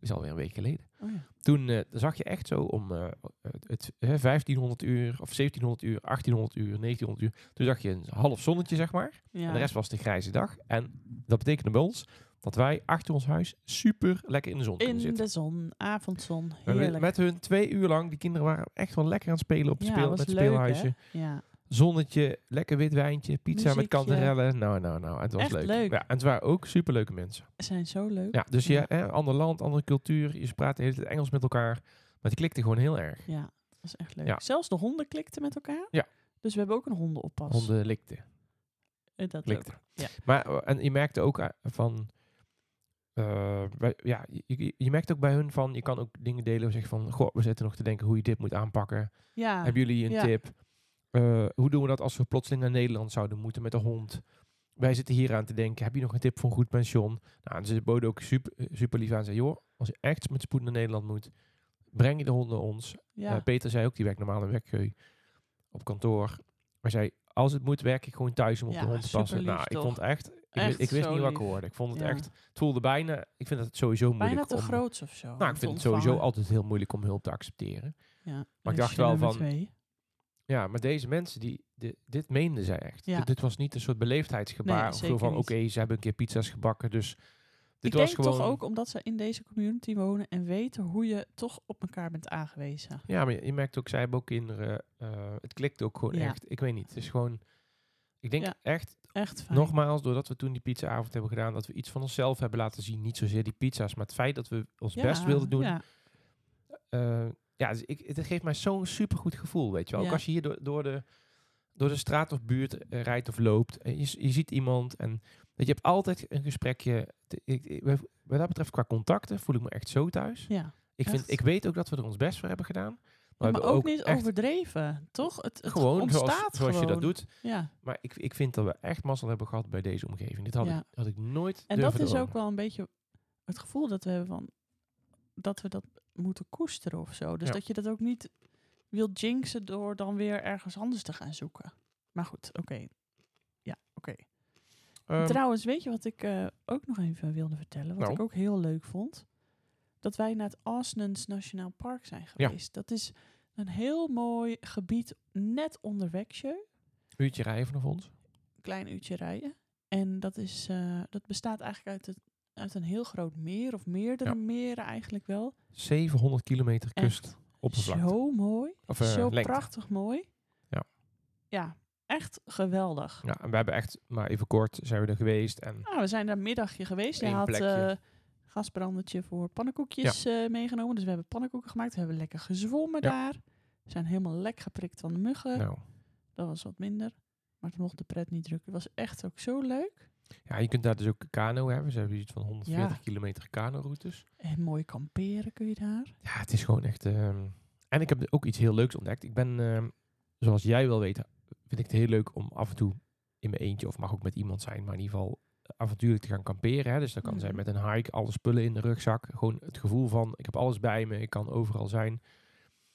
B: is alweer een week geleden,
A: Oh ja.
B: toen eh, zag je echt zo om eh, het, het, hè, 1500 uur of 1700 uur, 1800 uur, 1900 uur. Toen zag je een half zonnetje, zeg maar.
A: Ja.
B: En de rest was de grijze dag. En dat betekende bij ons dat wij achter ons huis super lekker in de zon kunnen
A: in
B: zitten.
A: de zon, avondzon,
B: We hebben
A: heerlijk.
B: Met hun twee uur lang, die kinderen waren echt wel lekker aan het spelen op het
A: ja,
B: speel,
A: was
B: met het
A: leuk, hè?
B: speelhuisje.
A: Ja.
B: Zonnetje, lekker wit wijntje, pizza
A: Muziekje.
B: met kanterellen. Nou, nou, nou. Het was
A: Echt leuk.
B: Ja, en het waren ook superleuke mensen.
A: Ze zijn zo leuk.
B: Ja, dus je
A: Ja.
B: Hè, ander land, andere cultuur. Je praat de hele tijd Engels met elkaar. Maar het klikte gewoon heel erg.
A: Ja, dat was echt leuk.
B: Ja.
A: Zelfs de honden klikten met elkaar.
B: Ja.
A: Dus we hebben ook een hondenoppas.
B: Honden likten.
A: Eh, Dat
B: likten.
A: ook. Ja.
B: Maar eh, en je merkte ook eh, van... eh, wij- ja, je- je, je merkt ook bij hun van... Je kan ook dingen delen en zeggen van... Goh, we zitten nog te denken hoe je dit moet aanpakken.
A: Ja,
B: Hebben jullie een
A: ja.
B: tip? Eh, hoe doen we dat als we plotseling naar Nederland zouden moeten met de hond? Wij zitten hier aan te denken. Heb je nog een tip voor een goed pension? Nou, ze boden ook super, eh, super lief aan. Zei, joh, als je echt met spoed naar Nederland moet... Breng je de hond naar ons.
A: ja.
B: Eh, Peter zei ook, die werkt normaal in werkgeu op kantoor. Maar zei, als het moet, werk ik gewoon thuis om op
A: Ja,
B: de hond te passen.
A: superlief,
B: Nou, ik
A: toch?
B: vond echt, ik, wi-
A: Echt
B: ik wist
A: zo
B: niet wat ik
A: lief.
B: hoorde. Ik vond het
A: Ja.
B: echt, het voelde bijna, ik vind het sowieso moeilijk
A: Bijna te
B: om,
A: groots of zo.
B: Nou, ik vind het sowieso altijd heel moeilijk om hulp te accepteren. Maar ik dacht wel van- Ja, maar deze mensen, die, di- dit meenden zij echt.
A: Ja.
B: Dit, dit was niet een soort beleefdheidsgebaar.
A: Nee,
B: of zo
A: zeker
B: van, oké,
A: niet.
B: ze hebben een keer pizza's gebakken, dus... Dit
A: ik
B: was
A: denk
B: gewoon,
A: toch ook omdat ze in deze community wonen en weten hoe je toch op elkaar bent aangewezen.
B: Ja, maar je, je merkt ook, zij hebben ook kinderen. eh, het klikt ook gewoon
A: Ja.
B: echt. Ik weet niet, het is gewoon... Ik denk
A: Ja.
B: echt
A: Echt fijn.
B: Nogmaals, doordat we toen die pizzaavond hebben gedaan, dat we iets van onszelf hebben laten zien. Niet zozeer die pizza's, maar het feit dat we ons
A: Ja,
B: best wilden doen. Ja,
A: Ja,
B: ja dus ik, het geeft mij zo'n supergoed gevoel, weet je wel.
A: Ja.
B: Ook als je hier door, door, de, door de straat of buurt eh, rijdt of loopt, en je, z- je ziet iemand en weet je, je hebt altijd een gesprekje. T- ik- ik- wat- wat dat betreft, qua contacten voel ik me echt zo thuis.
A: ja.
B: Ik, vind,
A: echt.
B: ik weet ook dat we er ons best voor hebben gedaan.
A: Maar,
B: Maar, we hebben
A: ook, niet
B: echt
A: overdreven, toch? Het, het
B: gewoon
A: ontstaat
B: zoals, zoals je dat
A: gewoon.
B: doet.
A: Ja.
B: Maar ik, ik vind dat we echt mazzel hebben gehad bij deze omgeving. Dit had,
A: Ja.
B: ik, had ik nooit
A: En
B: durven
A: dat is
B: dromen.
A: ook wel een beetje het gevoel dat we hebben van dat we dat moeten koesteren of zo. Dus
B: Ja.
A: dat je dat ook niet wil jinxen door dan weer ergens anders te gaan zoeken. Maar goed, oké. Ja, oké.
B: Ehm,
A: Trouwens, weet je wat ik eh, ook nog even wilde vertellen? Wat
B: Nou.
A: ik ook heel leuk vond. Dat wij naar het Asnens Nationaal Park zijn
B: Ja.
A: geweest. Dat is een heel mooi gebied net onder Weksjeu.
B: uurtje rijden vanaf ons.
A: Klein uurtje rijden. En dat, is, eh, dat bestaat eigenlijk uit, het, uit een heel groot meer, of meerdere
B: Ja.
A: meren eigenlijk wel.
B: 700 kilometer
A: Echt
B: kustoppervlakte.
A: Zo mooi.
B: Of, eh,
A: zo
B: lengte.
A: prachtig mooi.
B: Ja.
A: Ja, echt geweldig.
B: Ja, en we hebben echt, maar even kort, zijn we er geweest. En
A: Nou, we zijn daar een middagje geweest. Je
B: Eén
A: had
B: plekje.
A: eh gasbrandertje voor pannenkoekjes eh, meegenomen. Dus we hebben pannenkoeken gemaakt. We hebben lekker gezwommen
B: Ja.
A: daar. We zijn helemaal lek geprikt van de muggen.
B: nou,
A: Dat was wat minder. Maar het mocht de pret niet drukken. Het was echt ook zo leuk.
B: ja, je kunt daar dus ook kano hebben. Ze hebben iets van 140
A: Ja.
B: kilometer kano-routes.
A: En mooi kamperen kun je daar.
B: Ja, het is gewoon echt... ehm, En ik heb ook iets heel leuks ontdekt. Ik ben, ehm, zoals jij wel weet, vind ik het heel leuk om af en toe in mijn eentje, of mag ook met iemand zijn, maar in ieder geval avontuurlijk te gaan kamperen. Hè. Dus dat kan
A: Mhm.
B: zijn met een hike, alle spullen in de rugzak. Gewoon het gevoel van, ik heb alles bij me, ik kan overal zijn.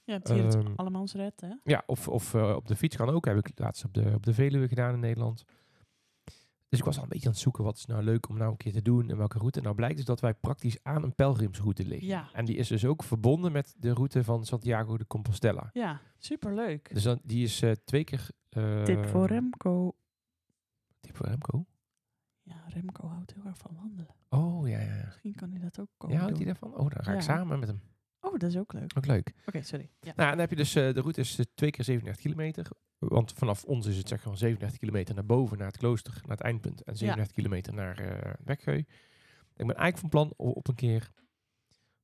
A: Je hebt hier het
B: Ehm,
A: allemans red, hè?
B: Ja, of, of eh, op de fiets kan ook. Heb ik laatst op de, op de Veluwe gedaan in Nederland. Dus ik was al een beetje aan het zoeken wat is nou leuk om nou een keer te doen en welke route. Nou blijkt dus dat wij praktisch aan een pelgrimsroute liggen.
A: Ja.
B: En die is dus ook verbonden met de route van Santiago de Compostela.
A: Ja, superleuk.
B: Dus dan, die is eh, twee keer... eh,
A: Tip voor Remco.
B: Tip voor Remco?
A: Ja, Remco houdt heel erg van wandelen.
B: Oh, ja, ja. ja.
A: Misschien kan hij dat ook komen
B: Ja, houdt hij
A: doen.
B: daarvan? Oh, dan ga ik
A: Ja.
B: samen met hem.
A: Oh, dat is ook leuk.
B: Ook leuk.
A: Oké, sorry. Ja.
B: Nou, dan heb je dus, eh, de route is eh, twee keer 37 kilometer. Want vanaf ons is het zeg maar 37 kilometer naar boven, naar het klooster, naar het eindpunt. En 37 kilometer naar eh Wekgeu. Ik ben eigenlijk van plan o- op een keer,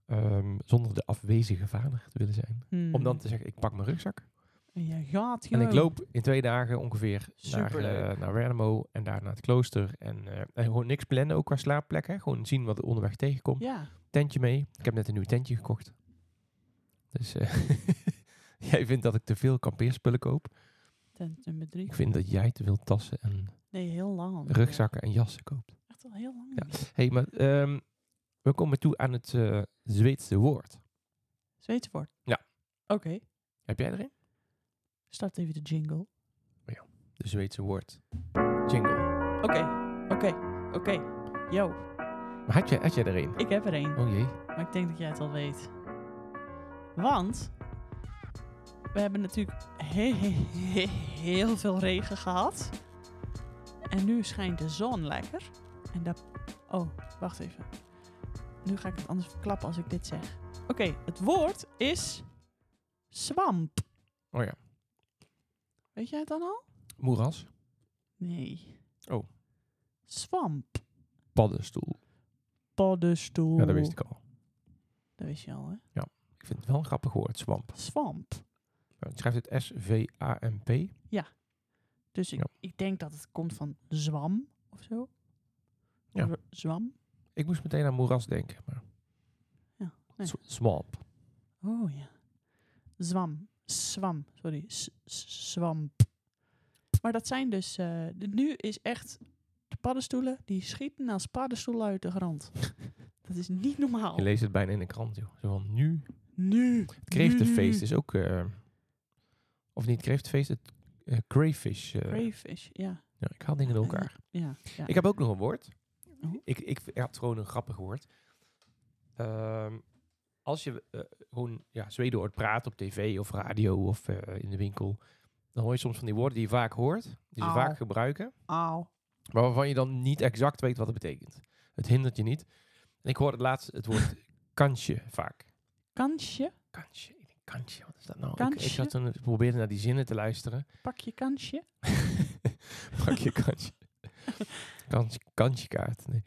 B: ehm, zonder de afwezige vader te willen zijn, om dan te zeggen, ik pak mijn rugzak.
A: Hmm. En je gaat
B: En ik
A: gewoon.
B: loop in twee dagen ongeveer naar, eh
A: Superleuk.
B: naar Wernemo en daar naar het klooster. En, eh, en gewoon niks plannen, ook qua slaapplekken. Gewoon zien wat er onderweg tegenkomt.
A: Ja,
B: Tentje mee. Ik heb net een nieuw tentje gekocht. Dus eh, jij vindt dat ik te veel kampeerspullen koop.
A: tent nummer drie.
B: Ik vind dat jij te veel tassen en
A: Nee, heel lang. al niet meer.
B: rugzakken en jassen koopt.
A: Echt al heel lang.
B: Ja.
A: niet meer.
B: Hé, hey, maar ehm, we komen toe aan het eh, Zweedse woord.
A: Zweeds woord.
B: Ja.
A: Oké,
B: Heb jij erin?
A: start even de jingle.
B: De Zweedse woord. Jingle.
A: Oké, oké, oké. Yo,
B: Maar had jij, had jij erin?
A: ik heb er één.
B: Oh jee.
A: Maar ik denk dat jij het al weet. Want we hebben natuurlijk he- he- he- heel veel regen gehad. En nu schijnt de zon lekker. En dat. Oh, wacht even. Nu ga ik het anders verklappen als ik dit zeg. Oké, het woord is zwamp.
B: Oh ja.
A: Weet jij het dan al?
B: Moeras.
A: Nee.
B: Oh.
A: Zwamp.
B: Paddenstoel.
A: Paddenstoel.
B: Ja, dat wist ik al.
A: Dat wist je al, hè?
B: Ik vind het wel een grappig woord, zwamp.
A: Zwamp.
B: Nou, het schrijft het S-V-A-M-P.
A: Dus ik,
B: Ja.
A: ik denk dat het komt van zwam of zo.
B: Ja.
A: R- Zwam.
B: Ik moest meteen aan moeras denken. Maar...
A: Ja, nee.
B: Sw- Swamp.
A: Oh ja. Zwam. Zwam. Sorry. S- s- Zwamp. Maar dat zijn dus... eh, de- nu is echt... De paddenstoelen, die schieten als paddenstoelen uit de grond. dat is niet normaal.
B: Je leest het bijna in de krant, joh. Zo van nu.
A: Nu.
B: Het kreeftenfeest is ook... eh, of niet kreeftenfeest, het eh, crayfish. eh,
A: Crayfish, ja.
B: ja, ik haal dingen door elkaar.
A: ja, ja.
B: Ik heb ook nog een woord.
A: Oh.
B: Ik, ik, ik had gewoon een grappig woord. Ehm, als je eh, gewoon ja, Zweden hoort praten op tv of radio of eh, in de winkel, dan hoor je soms van die woorden die je vaak hoort, die ze
A: Au.
B: vaak gebruiken,
A: Au.
B: maar waarvan je dan niet exact weet wat het betekent. Het hindert je niet. En ik hoorde het laatst het woord kansje vaak.
A: Kansje.
B: Kansje. Ik denk, Kansje, wat is dat nou? Ik- Ik,
A: Kansje?
B: zat toen ik probeerde naar die zinnen te luisteren.
A: Pak je kansje.
B: Pak je kansje. kansje, kansjekaart. Nee.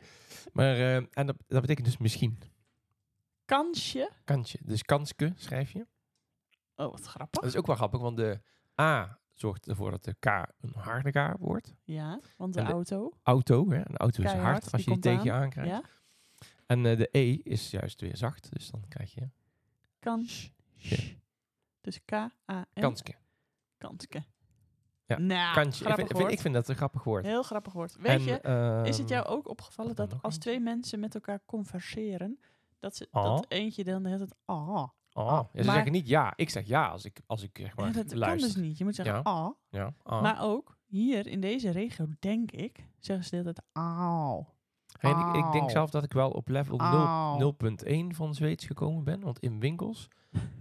B: Maar, eh, en dat, dat betekent dus misschien.
A: Kansje.
B: Kansje. Dus kanske schrijf je.
A: Oh, wat grappig.
B: Dat is ook wel grappig, want de A zorgt ervoor dat de K een harde K wordt.
A: Ja, want de,
B: En de-
A: auto.
B: Auto, hè? een auto is
A: Keihard,
B: hard
A: die
B: als je die
A: komt
B: tegen je
A: aan.
B: aankrijgt.
A: Ja.
B: En eh, de E is juist weer zacht, dus dan krijg je
A: Kans.
B: Sje.
A: Dus K-A-N.
B: kanske.
A: Kanske.
B: Ja,
A: Nou,
B: Kansje. Ik
A: grappig
B: vind, ik vind-
A: woord.
B: ik vind dat een grappig woord.
A: Heel grappig woord. Weet
B: En,
A: je, is het
B: ehm,
A: jou ook opgevallen
B: wat dan
A: dat
B: nog
A: als
B: een?
A: twee mensen met elkaar converseren, dat, ze,
B: Ah.
A: dat eentje dan de hele tijd ah.
B: Ah,
A: Ah,
B: ja, ze
A: maar-
B: zeggen niet ja. Ik zeg ja als ik, als ik zeg maar,
A: Ja, dat kan
B: luister.
A: dus niet. Je moet zeggen
B: Ja.
A: ah.
B: Ja, ah.
A: Maar ook hier in deze regio, denk ik, zeggen ze de hele tijd au.
B: En ik, ik denk
A: Au.
B: zelf dat ik wel op level
A: Au.
B: 0 0.1 van Zweeds gekomen ben. Want in winkels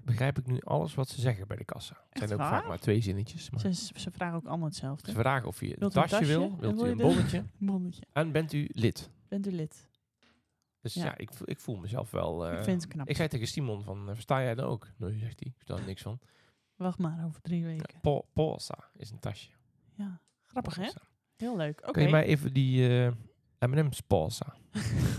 B: begrijp ik nu alles wat ze zeggen bij de kassa. Het zijn
A: Echt
B: ook
A: waar?
B: vaak maar twee zinnetjes. Maar
A: Ze, ze vragen ook allemaal hetzelfde.
B: ze vragen of je een
A: Wilt u een
B: tasje,
A: tasje?
B: wil,
A: En
B: wilt
A: wil
B: u
A: je
B: een
A: de-
B: bonnetje
A: Bonnetje.
B: en bent u lid.
A: Bent u lid?
B: Dus
A: Ja.
B: ja, ik, voel- ik voel mezelf wel... eh,
A: ik vind het knap.
B: ik zei tegen Simon van, eh, versta jij dat ook? Nee, zegt hij, ik versta er niks van.
A: Wacht maar, over drie
B: Ja,
A: weken.
B: po- Polsa is een tasje.
A: Ja. Grappig, hè?
B: Polsa.
A: Heel leuk. Oké.
B: Kun je mij even die eh, M&M's Polsa?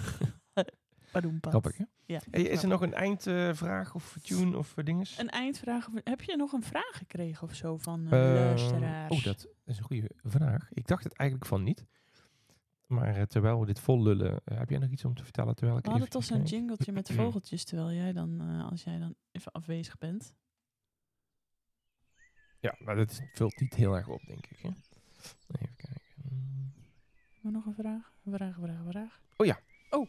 A: Padoem, pad.
B: Grappig, hè?
A: Ja,
B: Hey, is
A: grappig.
B: er nog een eindvraag of tune of eh, dinges?
A: Een eindvraag. of- Heb je nog een vraag gekregen of zo van eh,
B: Eh,
A: luisteraars?
B: Oh, dat is een goede vraag. Ik dacht het eigenlijk van niet. Maar eh, terwijl we dit vol lullen, eh, heb jij nog iets om te vertellen? Terwijl ik
A: We hadden
B: even
A: toch zo'n
B: kijk?
A: jingletje met vogeltjes, terwijl jij dan, eh, als jij dan even afwezig bent.
B: Ja, maar dat is- vult niet heel erg op, denk ik. Hè? Even kijken. Mm.
A: Hebben we nog een vraag? Vraag, vraag, vraag.
B: Oh ja.
A: Oh,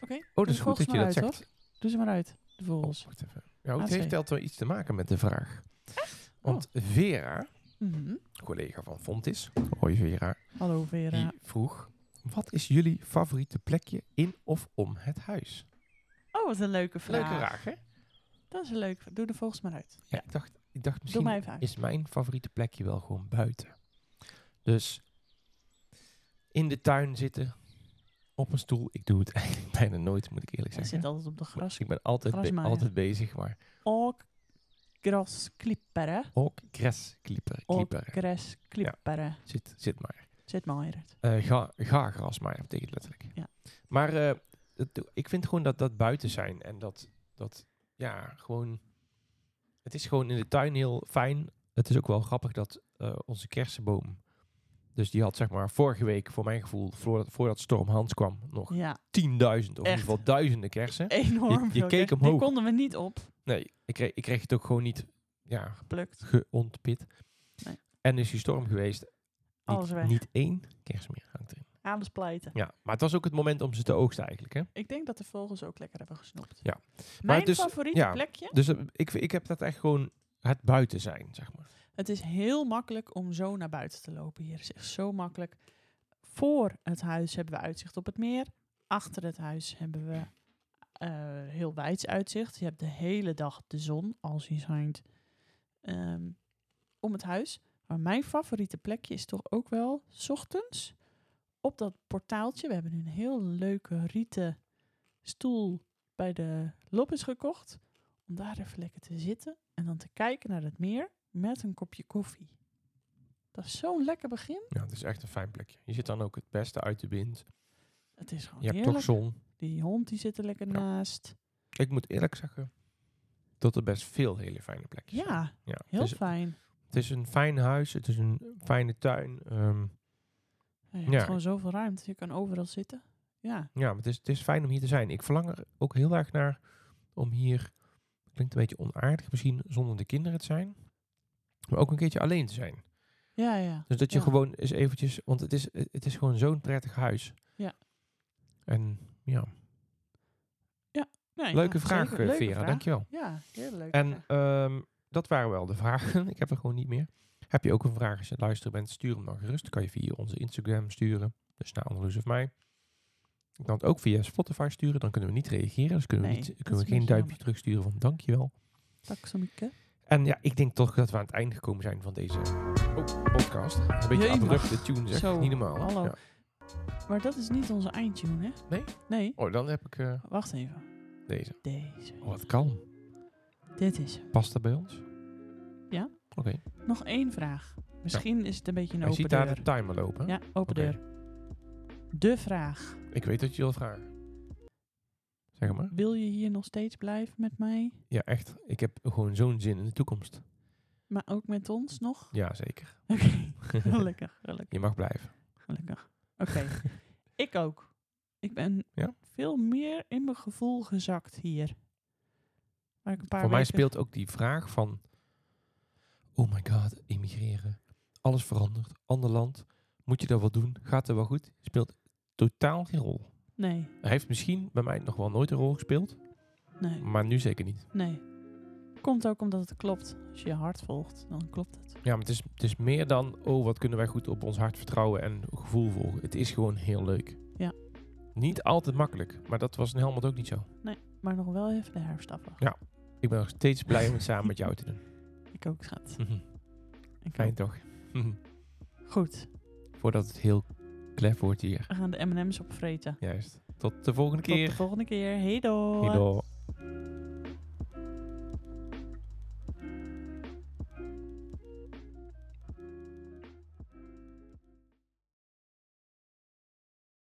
A: oké.
B: Oh, dat
A: de
B: is goed
A: vogels
B: dat je
A: maar
B: dat
A: uit,
B: zegt.
A: Doe ze maar uit, de
B: Oh,
A: vogels.
B: wacht even. Ja, het
A: AC.
B: heeft wel iets te maken met de vraag. Want
A: Oh.
B: Vera,
A: Mhm.
B: collega van Fontis, hoi Vera,
A: Hallo Vera.
B: die vroeg... Wat is jullie favoriete plekje in of om het huis?
A: Oh, wat een leuke vraag.
B: Leuke vraag, hè? Ja,
A: Dat is een leuke vraag. Doe de vogels maar uit. Ja.
B: Ik, dacht, ik dacht
A: Doe
B: misschien
A: mij even uit.
B: is mijn favoriete plekje wel gewoon buiten. Dus in de tuin zitten, op een stoel. Ik doe het eigenlijk bijna nooit, moet ik eerlijk
A: Hij
B: zeggen.
A: zit altijd op de
B: Maar
A: gras.
B: ik ben altijd, be-
A: grasmaaier.
B: altijd bezig, maar
A: Ook grasklipperen.
B: ook grasklieper.
A: Ook
B: klieper.
A: grasklipperen.
B: Zit, zit maar.
A: Zit maar Eirert.
B: Eh, ga, ga grasmaaier, betekent letterlijk.
A: Ja.
B: Maar eh, het- ik vind gewoon dat dat buiten zijn en dat, dat ja, gewoon... Het is gewoon in de tuin heel fijn. Het is ook wel grappig dat eh, onze kersenboom... Dus die had zeg maar vorige week, voor mijn gevoel, voor, voordat Storm Hans kwam, nog 10.000
A: Ja,
B: of in ieder
A: Echt?
B: geval duizenden kersen.
A: enorm
B: Je- je
A: veel.
B: keek
A: kerst.
B: omhoog.
A: Die konden we niet op.
B: Nee, ik kreeg, ik kreeg het ook gewoon niet ja,
A: Geplukt.
B: geontpit.
A: Nee.
B: En is die storm geweest.
A: Alles
B: Niet,
A: weg.
B: niet één kers meer hangt erin.
A: Alles pleiten.
B: Ja, maar het was ook het moment om ze te oogsten eigenlijk. Hè?
A: Ik denk dat de vogels ook lekker hebben gesnoept.
B: Ja.
A: Mijn
B: dus-
A: favoriete
B: ja.
A: plekje.
B: Dus eh, ik, ik heb dat echt gewoon het buiten zijn, zeg maar.
A: Het is heel makkelijk om zo naar buiten te lopen hier. Het is echt zo makkelijk. Voor het huis hebben we uitzicht op het meer. Achter het huis hebben we eh, heel wijds uitzicht. Je hebt de hele dag de zon, als die schijnt, ehm, om het huis. Maar mijn favoriete plekje is toch ook wel 's ochtends op dat portaaltje. We hebben nu een heel leuke rieten stoel bij de Loppes gekocht. Om daar even lekker te zitten en dan te kijken naar het meer met een kopje koffie. Dat is zo'n lekker begin.
B: Ja, het is echt een fijn plekje. Je zit dan ook het beste uit de wind.
A: Het is gewoon
B: Je hebt
A: Oh, heerlijk.
B: toch zon.
A: Die hond die zit er lekker
B: Ja.
A: naast.
B: Ik moet eerlijk zeggen dat er best veel hele fijne plekjes zijn.
A: Ja,
B: ja
A: heel
B: het, is,
A: fijn.
B: het is een fijn huis, het is een fijne tuin. ehm,
A: Je hebt
B: Ja.
A: gewoon zoveel ruimte. Je kan overal zitten. Ja,
B: ja, maar het is, het is fijn om hier te zijn. Ik verlang er ook heel erg naar om hier, klinkt een beetje onaardig misschien, zonder de kinderen te zijn. Maar ook een keertje alleen te zijn.
A: ja, ja.
B: Dus dat je
A: Ja.
B: gewoon eens eventjes, want het is, het is gewoon zo'n prettig huis.
A: Ja.
B: En ja,
A: Nee,
B: leuke
A: ja,
B: vraag
A: zeker.
B: eh,
A: Leuke
B: Vera,
A: vraag.
B: dankjewel.
A: Ja, heerlijk.
B: En ehm, dat waren wel de vragen. Ik heb er gewoon niet meer. Heb je ook een vraag als je luisteren bent, stuur hem dan gerust. kan je via onze Instagram sturen, dus naar Annelies of mij. Je kan het ook via Spotify sturen, dan kunnen we niet reageren. Dus kunnen we,
A: Nee,
B: niet,
A: dat is
B: kunnen we
A: een
B: geen
A: beetje
B: duimpje terugsturen van dankjewel.
A: Taxamieke.
B: En ja, ik denk toch dat we aan het einde gekomen zijn van deze oh, podcast. Een beetje
A: Jemig.
B: abrupte tune zeg,
A: Zo,
B: niet normaal.
A: hallo.
B: Ja.
A: Maar dat is niet onze eindtune, hè?
B: Nee?
A: Nee.
B: Oh, dan heb ik eh,
A: Wacht even.
B: deze.
A: Deze.
B: Oh, wat kalm.
A: Dit is hem.
B: Past dat bij ons?
A: Ja.
B: Oké.
A: Nog één vraag. Misschien is het een beetje een
B: Je
A: open
B: ziet daar
A: deur.
B: de timer lopen.
A: Ja, open
B: Oké.
A: deur. De vraag.
B: Ik weet dat je wil vragen. Zeg maar.
A: Wil je hier nog steeds blijven met mij?
B: Ja, echt. Ik heb gewoon zo'n zin in de toekomst.
A: Maar ook met ons nog?
B: Ja, zeker.
A: Oké, gelukkig, gelukkig,
B: Je mag blijven.
A: gelukkig. Oké, ik ook. Ik ben
B: Ja?
A: veel meer in mijn gevoel gezakt hier. Waar ik een paar
B: Voor mij
A: weken-
B: speelt ook die vraag van... Oh my god, immigreren. Alles verandert. Ander land. Moet je dat wel doen? Gaat dat wel goed? Speelt totaal geen rol.
A: Nee,
B: Hij heeft misschien bij mij nog wel nooit een rol gespeeld.
A: nee,
B: Maar nu zeker niet.
A: nee. Komt ook omdat het klopt. Als je je hart volgt, dan klopt het.
B: Ja, maar het is, het is meer dan... Oh, wat kunnen wij goed op ons hart vertrouwen en gevoel volgen. Het is gewoon heel leuk. Niet altijd makkelijk, maar dat was in Helmond ook niet zo.
A: Maar nog wel even de herfst afwachten.
B: Ik ben nog steeds blij om het samen met jou te doen.
A: Ik ook, schat.
B: Mhm.
A: Ik
B: Fijn
A: ook.
B: toch? Mhm.
A: Goed,
B: Voordat het heel klef wordt hier.
A: we gaan de M&M's opvreten.
B: Juist. Tot de volgende keer.
A: Tot de volgende keer. Hey doei.
B: Hierdoor.